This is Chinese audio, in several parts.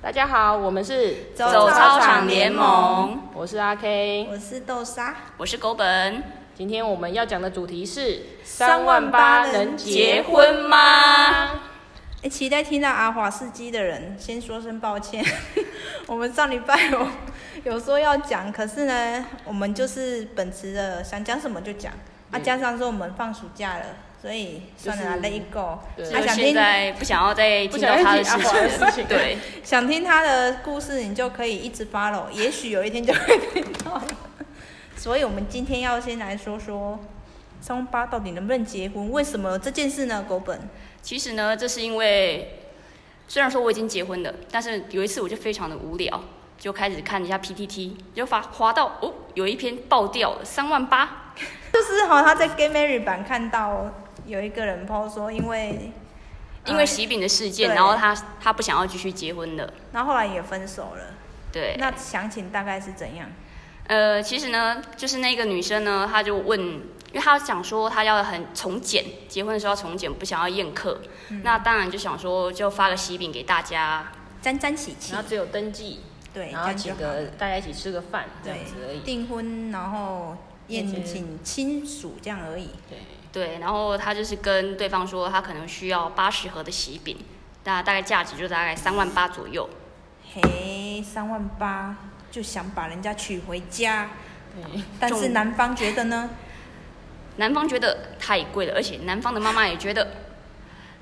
大家好，我们是走操场联盟，我是阿 K，我是豆沙，我是狗本。今天我们要讲的主题是三万八能结婚吗？哎、期待听到阿华斯基的人，先说声抱歉。 我们上礼拜有有说要讲，可是呢，我们就是本持的想讲什么就讲。啊，嗯加上说我们放暑假了，所以就算了啦、是 l e t it go。对就啊，是想现听在不想要再不听想到他要的听阿事华的情事了情，对，想听他的故事，你就可以一直 follow，也许有一天就会听到了。所以我们今天要先来说说三万八到底能不能结婚？为什么有这件事呢？狗本，其实呢，这是因为虽然说我已经结婚了，但是有一次我就非常的无聊，就开始看一下 PTT，就发滑到哦，有一篇爆掉了三万八，就是好、他在 Gay Mary 版看到有一个人 PO 说，因为因为喜饼的事件，对然后他他不想要继续结婚了，然后后来也分手了，对，那详情大概是怎样？呃，其实呢，就是那个女生呢，她就问，因为她想说她要很从简，结婚的时候要从简，不想要宴客。嗯那当然就想说，就发个喜饼给大家。沾沾喜气然，后只有登记，对，然后这请样就好个大家一起吃个饭这样对子而已。订婚，然后宴请亲属这样而已。对，对，然后她就是跟对方说，她可能需要八十盒的喜饼，那大概价值就大概三万八左右。嘿，三万八就想把人家娶回家，对，但是男方觉得呢，男方觉得太贵了，而且男方的妈妈也觉得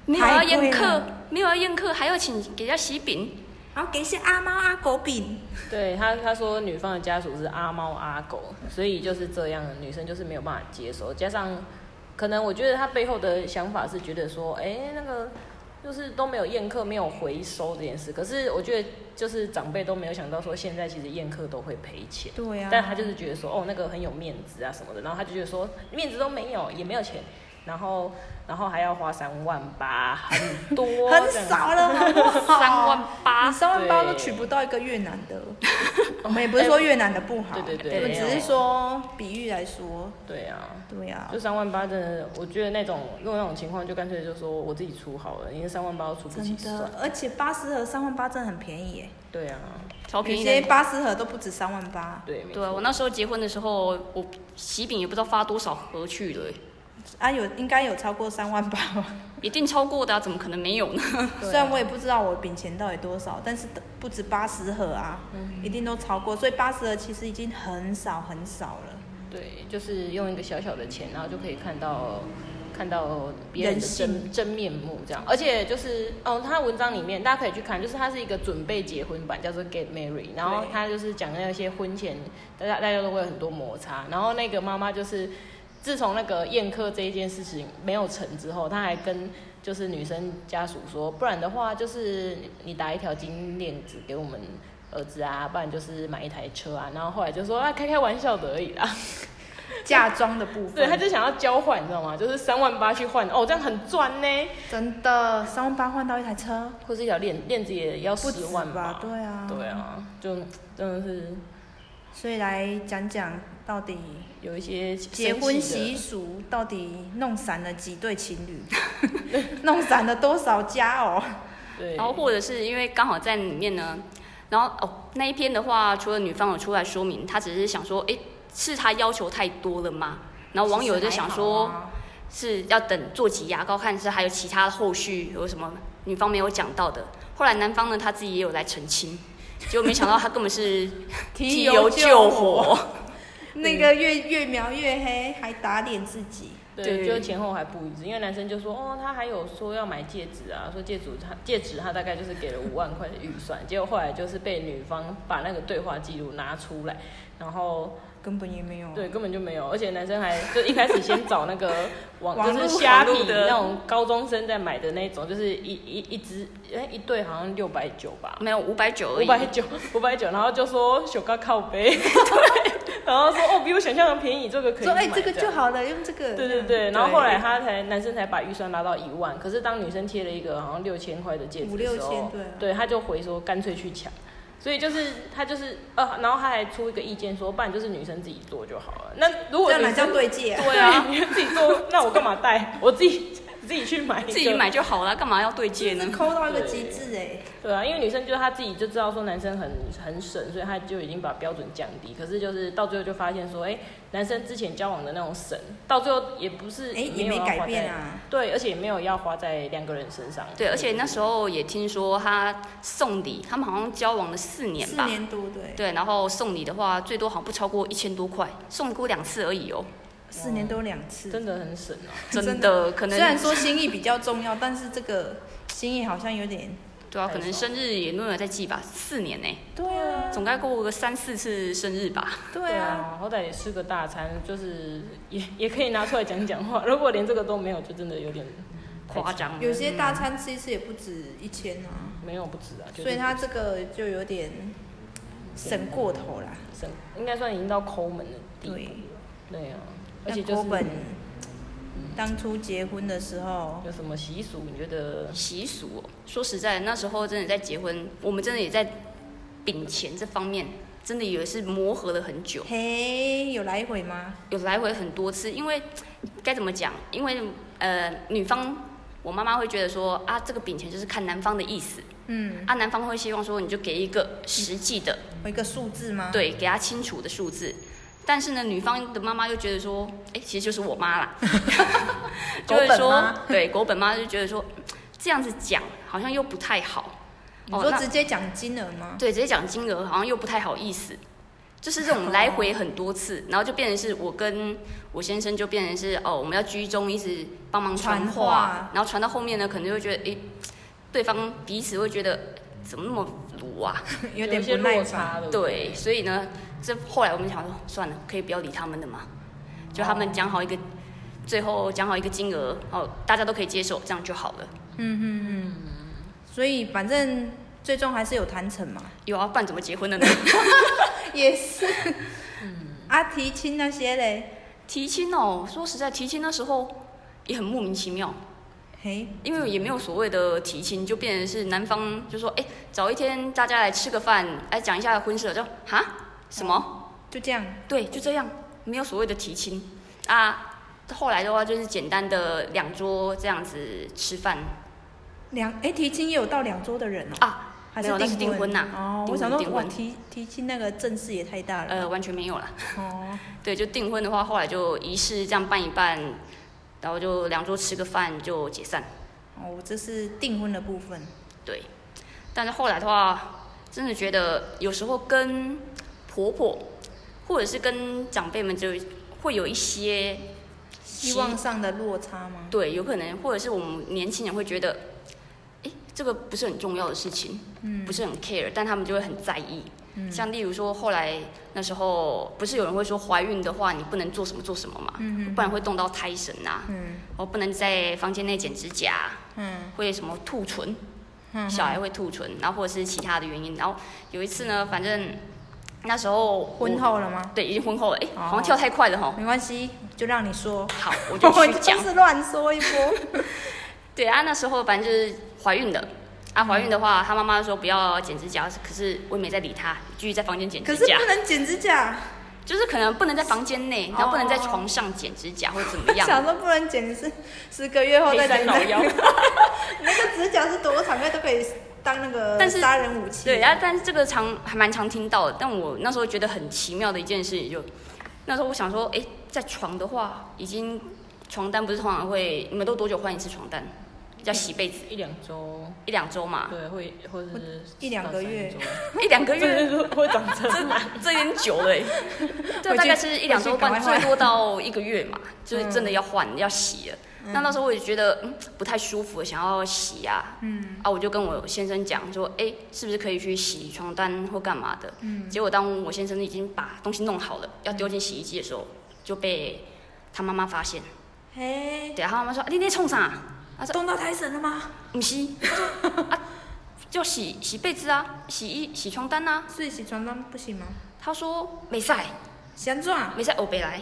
没有要宴太贵客了，没有要宴客，还要请给人家喜饼。然后给一些阿猫阿狗饼，对他他说女方的家属是阿猫阿狗，所以就是这样，女生就是没有办法接受，加上可能我觉得他背后的想法是觉得说，哎、那个就是都没有宴客，没有回收这件事。可是我觉得就是长辈都没有想到说，现在其实宴客都会赔钱。对啊，但他就是觉得说，哦，那个很有面子啊什么的，然后他就觉得说，面子都没有，也没有钱，然后然后还要花三万八，很多， 很少了，好不好？三万八你三万八都对娶不到一个越南的。 我们也不是说越南的不好，对对对我们只没有是说比喻来说，对啊。对啊就，三万八，真的，我觉得那种如果那种情况，就干脆就说我自己出好了，因为三万八都出不起真算的。，而且八十盒三万八真的很便宜耶，对啊，超便有宜些的。八十盒都不止三万八。对，没对啊，错我那时候结婚的时候，我喜饼也不知道发多少盒去了、欸啊，有应该有超过三万 八吧？一定超过的、啊，怎么可能没有呢？ 对啊虽然我也不知道我饼钱到底多少，但是不止八十盒啊，一定都超过，所以八十盒其实已经很少很少了。对，就是用一个小小的钱，然后就可以看到看到别人人的性真真面目这样。而且就是，哦，他文章里面大家可以去看，就是他是一个准备结婚版，叫做 Get Married，然后他就是讲那些婚前大家大家都会有很多摩擦，然后那个妈妈就是。自从那个宴客这一件事情没有成之后，他还跟就是女生家属说，不然的话就是你打一条金链子给我们儿子啊，不然就是买一台车啊。然后后来就说啊，开开玩笑的而已啦。嫁妆的部分，对，他就想要交换，你知道吗？就是三万八去换，哦，这样很赚呢。真的三万八换到一台车，或是一条链链子也要不止十万吧？对啊，对啊，就真的是所以来讲讲到底有一些结生气婚的习俗到底弄散了几对情侣，弄散了多少家哦？对，然后或者是因为刚好在里面呢，然后哦那一篇的话，除了女方有出来说明，她只是想说，诶，是她要求太多了吗？然后网友就想说，啊是要等做挤牙膏，看是还有其他后续有什么女方没有讲到的。后来男方呢，他自己也有来澄清，结果没想到他根 本是啊提油油救救火火。那个越越描越黑，还打脸自己。对，对就前后还不一致，因为男生就说哦，他还有说要买戒指啊，说戒指他戒指他大概就是给了五万块的预算，结果后来就是被女方把那个对话记录拿出来，然后根本也没有，对，根本就没有，而且男生还就一开始先找那个网，网就是络虾网皮络的那种高中生在买的那种，就是一一一只，哎，一对好像六百九吧，没有五百九而五已，百九，五百九，然后就说小高靠背， 对，然后说哦，比我想象的便宜，这个可以说买，哎、这个就样。好了，用这个。嗯对对对，然后后来他才男生才把预算拉到一万，可是当女生贴了一个好像六千块的戒指五的时六候千对啊对，他就回说干脆去抢，所以就是他就是呃，然后他还出一个意见说，不然就是女生自己做就好了。那如这果样女哪生 叫对戒啊？对啊，你自己做，那我干嘛带？我自己自己去买一个，自己买就好了，干嘛要对戒真呢是？抠到一个极致哎、对啊，因为女生就是她自己就知道说男生很很省，所以她就已经把标准降低。可是就是到最后就发现说，哎、男生之前交往的那种省，到最后也不是哎、也有没要改花变在，啊。对，而且也没有要花在两个人身上。对，而且那时候也听说他送礼，他们好像交往了四啊年四吧。年多对，对，然后送礼的话，最多好像不超过一千多块，送过两次而已哦，四年多两次。真的很省啊。真的， 真的可虽然能说心意比较重要，但是这个心意好像有点对啊，太可能少生日也没有再记吧，四年呢，对啊，总该过个三四次生日吧。对啊，好歹也吃个大餐，就是也也可以拿出来讲讲话。如果连这个都没有，就真的有点太夸张了，有些大餐吃一次也不止一千啊，没有不止啊。所以他这个就有点省过头啦。就是省应该算已经到抠门的地步了。对啊，嗯而且那就国是嗯本嗯当初结婚的时候，有什么习俗？你觉得习俗哦、说实在，那时候真的在结婚，我们真的也在饼钱这方面，真的也是磨合了很久，嘿，有来回吗？有来回很多次。因为该怎么讲？因为呃，女方我妈妈会觉得说啊，这个饼钱就是看男方的意思嗯，啊，男方会希望说你就给一个实际的，有一个数字吗？，对，给他清楚的数字。但是呢，女方的妈妈又觉得说，哎、其实就是我妈 啦，就会狗本说妈，对，狗本妈就觉得说，嗯这样子讲好像又不太好。你哦，说那直接讲金额吗？ 对，直接讲金额好像又不太好意思，就是 这种来回很多次，然后就变成是我跟我先生就变成是哦，我们要居中一直帮忙传传话然后传到后面呢，可能就会觉得诶，对方彼此会觉得怎么那么鲁 啊？有一点些不耐落烦。差的？对，所以呢，这后来我们想说，算了，可以不要理他们的嘛，就他们讲好一个，最后讲好一个金额，哦，大家都可以接受，这样就好了。所以反正最终还是有谈成嘛。有啊，不然怎么结婚的呢？ 也是。啊，提亲那些嘞，提亲哦，说实在，提亲那时候也很莫名其妙。嘿，因为也没有所谓的提亲，就变成是男方就说，哎、找一天大家来吃个饭，来讲一下婚事，就哈什么？就这样。对，就这样，没有所谓的提亲啊。后来的话就是简单的两桌这样子吃饭两哎、提亲也有到两桌的人哦、啊，还没有是那是订婚呐哦，订我婚想说订哇，婚提提亲那个阵势也太大了。呃，完全没有啦。 哦，对，就订婚的话，后来就仪式这样办一办，然后就两桌吃个饭就解散。哦，这是订婚的部分。对，但是后来的话，真的觉得有时候跟婆婆或者是跟长辈们就会有一些希望上的落差吗？对，有可能或者是我们年轻人会觉得，哎，这个不是很重要的事情，不是很 care，但他们就会很在意。像例如说，后来那时候不是有人会说，怀孕的话你不能做什么做什么嘛，不然会动到胎神呐、嗯哦，不能在房间内剪指甲，啊嗯会什么兔唇，嗯，小孩会吐唇，然后或者是其他的原因。然后有一次呢，反正那时候我婚后了吗？对已经婚后了，哎、哦好像跳太快了哈。没关系，就让你说。好，我就去就讲。是乱说一 波。对啊，那时候反正就是怀孕的。啊，嗯怀孕的话，她妈妈说不要剪指甲，可是我也没在理她，继续在房间剪可指是甲不，能剪指甲，就是可能不能在房间内，然后不能在哦床上剪指甲或者怎么想样。说不能剪是十个月后黑再山剪老妖。 那个指甲是多长，那都可以当那个但是杀人武器。对，啊，但是这个常还蛮常听到的，但我那时候觉得很奇妙的一件事情就，那时候我想说，哎，在床的话，已经床单不是通常会，你们都多久换一次床单？要洗被子一两周，一两周嘛，对，会或者是一两个月到三周，一两个月，就是会长 成这这有点久 了欸，回这去大概是一两周回去赶快半，换嗯最多到一个月嘛，就是真的要换要洗了。那那时候我也觉得嗯不太舒服，想要洗啊，嗯，啊，我就跟我先生讲说，哎、是不是可以去洗床单或干嘛的？嗯结果当我先生已经把东西弄好了，要丢进洗衣机的时候，就被他妈妈发现。嘿，对，他妈妈说：“啊、你在冲啥？”他说动到胎神了吗？：“唔是，他说啊，就洗洗被子啊，洗衣洗床单啊。所以洗床单不行吗？”他说：“没晒，想撞，没晒，欧北来。”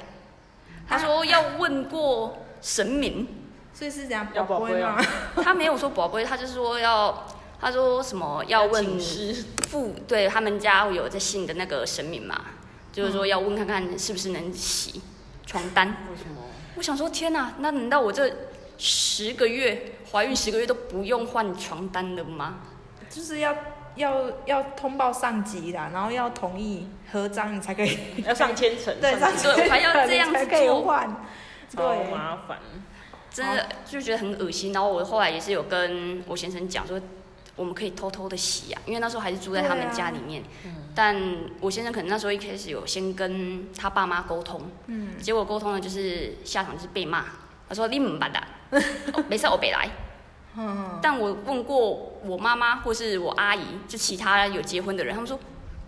他说要问过神明，所以是这样要宝保贝龟吗啊？他没有说宝贝，他就是说要，他说什么要问请示父对他们家有在信的那个神明嘛，就是说要问看看是不是能洗床单。为什么？我想说，天哪、那难道我这十个月怀孕十个月都不用换床单的吗？ 就是要要要通报上级啦，然后要同意合章，你才 可以要上千层，对上千级层对 还要这样子才可以做换，超对，麻烦。真的就觉得很恶心。然后我后来也是有跟我先生讲说，我们可以偷偷的洗啊，因为那时候还是住在他们家里面。嗯但我先生可能那时候一开始有先跟他爸妈沟通，嗯，结果沟通了就是下场就是被骂，他说你唔 捌啦，哦没事我别来。嗯，但我问过我妈妈或是我阿姨，就其他有结婚的人，他们说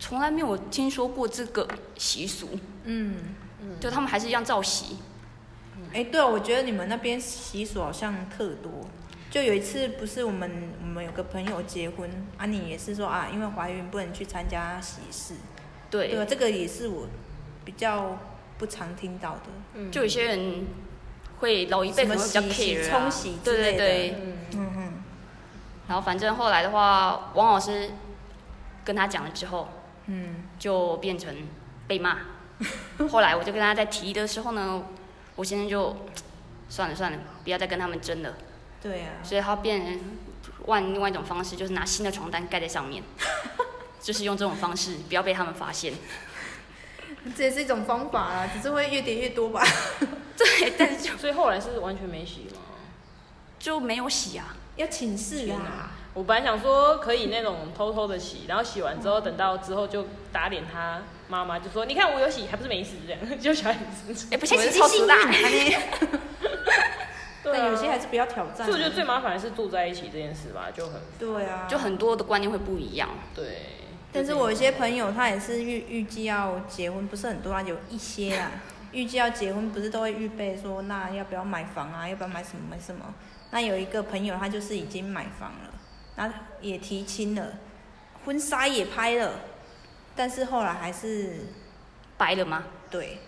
从来没有听说过这个习俗，嗯，就他们还是一样照洗。哎、对啊，我觉得你们那边习俗好像特多。就有一次，不是我们我们有个朋友结婚，啊，你也是说啊，因为怀孕不能去参加喜事，对，对啊，这个也是我比较不常听到的。就有些人会老一辈可能会比较嗯什么洗 care 啊，冲洗之对类对的对。嗯，嗯嗯，然后反正后来的话，王老师跟他讲了之后，嗯，就变成 被骂。后来我就跟他在提的时候呢，我先生就算了算了，不要再跟他们争了。对啊，所以他变成换另外一种方式，就是拿新的床单盖在 上面，就是用这种方式，不要被他们发现。 这也是一种方法啦，只是会越叠越多 吧。对，但是就所以后来是完全没洗吗？就没有洗啊。要请示天啦哪，我本来想说可以那种偷偷的洗，然后洗完之后等到之后就打脸他妈妈，就说你看我有洗，还不是没洗这样， 就小孩子。哎、不行，我洗是洗超洗时啦代。 呢。对啊啊但有些还是不要挑战所以。我觉得最麻烦的是住在一起这件事吧，就很对啊，就。很多的观念会不一样。对。但是我有些朋友他也是预预计要结婚，不是很多啊， 有一些啦。预计要结婚，不是都会预备说，那要不要买房啊？要不要买什么买什么？那有一个朋友，他就是已经买房了，那也提亲了，婚纱也拍了，但是后来还是白了吗？对，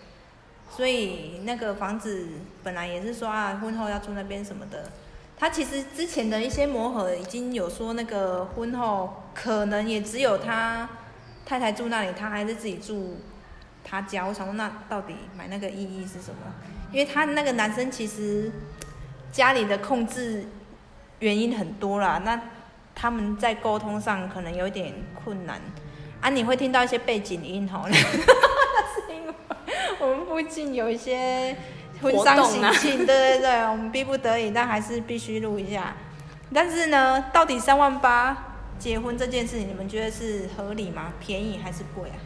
所以那个房子本来也是说啊，婚后要住那边什么的。他其实之前的一些磨合已经有说，那个婚后可能也只有他太太住那里，他还是自己住他家。我想说，那到底买那个意义是什么？因为他那个男生其实家里的控制原因很多啦，那他们在沟通上可能有一点困难啊。你会听到一些背景音吼， 那是因为我们附近有一些婚丧喜 庆，对对对，我们逼不得已，但还是必须录一下。但是呢，到底三万八结婚这件事，你们觉得是合理吗？便宜还是贵啊？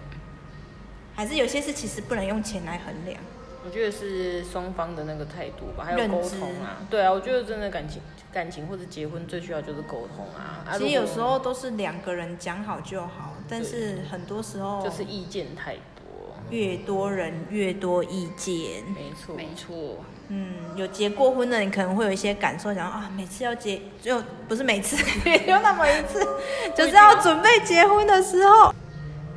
还是有些事其实不能用钱来衡量？我觉得是双方的那个态度吧，还有认沟知通啊。对啊，我觉得真的感情、感情或者结婚最需要就是沟通啊。啊其实有时如候都是两个人讲好就好，但是很多时候果就是意见太多，越多人越多意见。没错，没错，嗯，有结过婚的你可能会有一些感受，想啊，每次要结就不是 每次，有那么一次，就是要准备结婚的时候，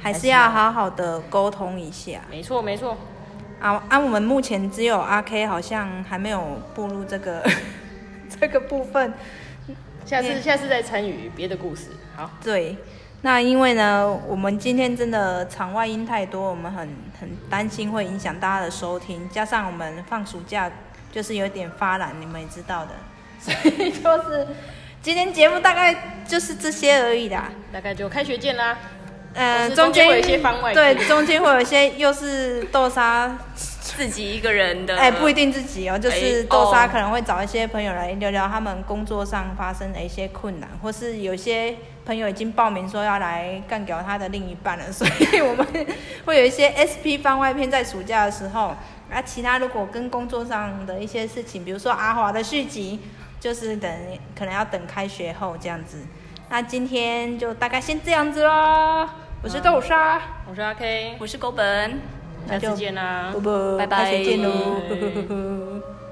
还是要好好的沟通一下。没错，没错。啊啊，我们目前只有阿 K 好像还没有步入这个 这个部分，下次嗯下次再参与别的故事。好，对，那因为呢，我们今天真的场外音太多，我们很很担心会影响大家的收听，加上我们放暑假就是有点发懒，你们也知道的， 所以就是今天节目大概就是这些而已啦。大概就开学见啦。哦呃，或是中间间会有一些番外之类对的，中间会有一些又是豆沙，自己一个人 的。哎、不一定自己哦，就是哎豆沙哦可能会找一些朋友来聊聊他们工作上发生的一些困难，或是有些朋友已经报名说要来干掉他的另一半了，所以我们会有一些 SP 番外篇在暑假的时候。那、其他如果跟工作上的一些事情，比如说阿华的续集，就是等可能要等开学后这样子。那今天就大概先这样子喽。我是豆沙，我是阿 K，我是狗本。下次见啦嗯啵。�拜拜拜，拜开学见喽。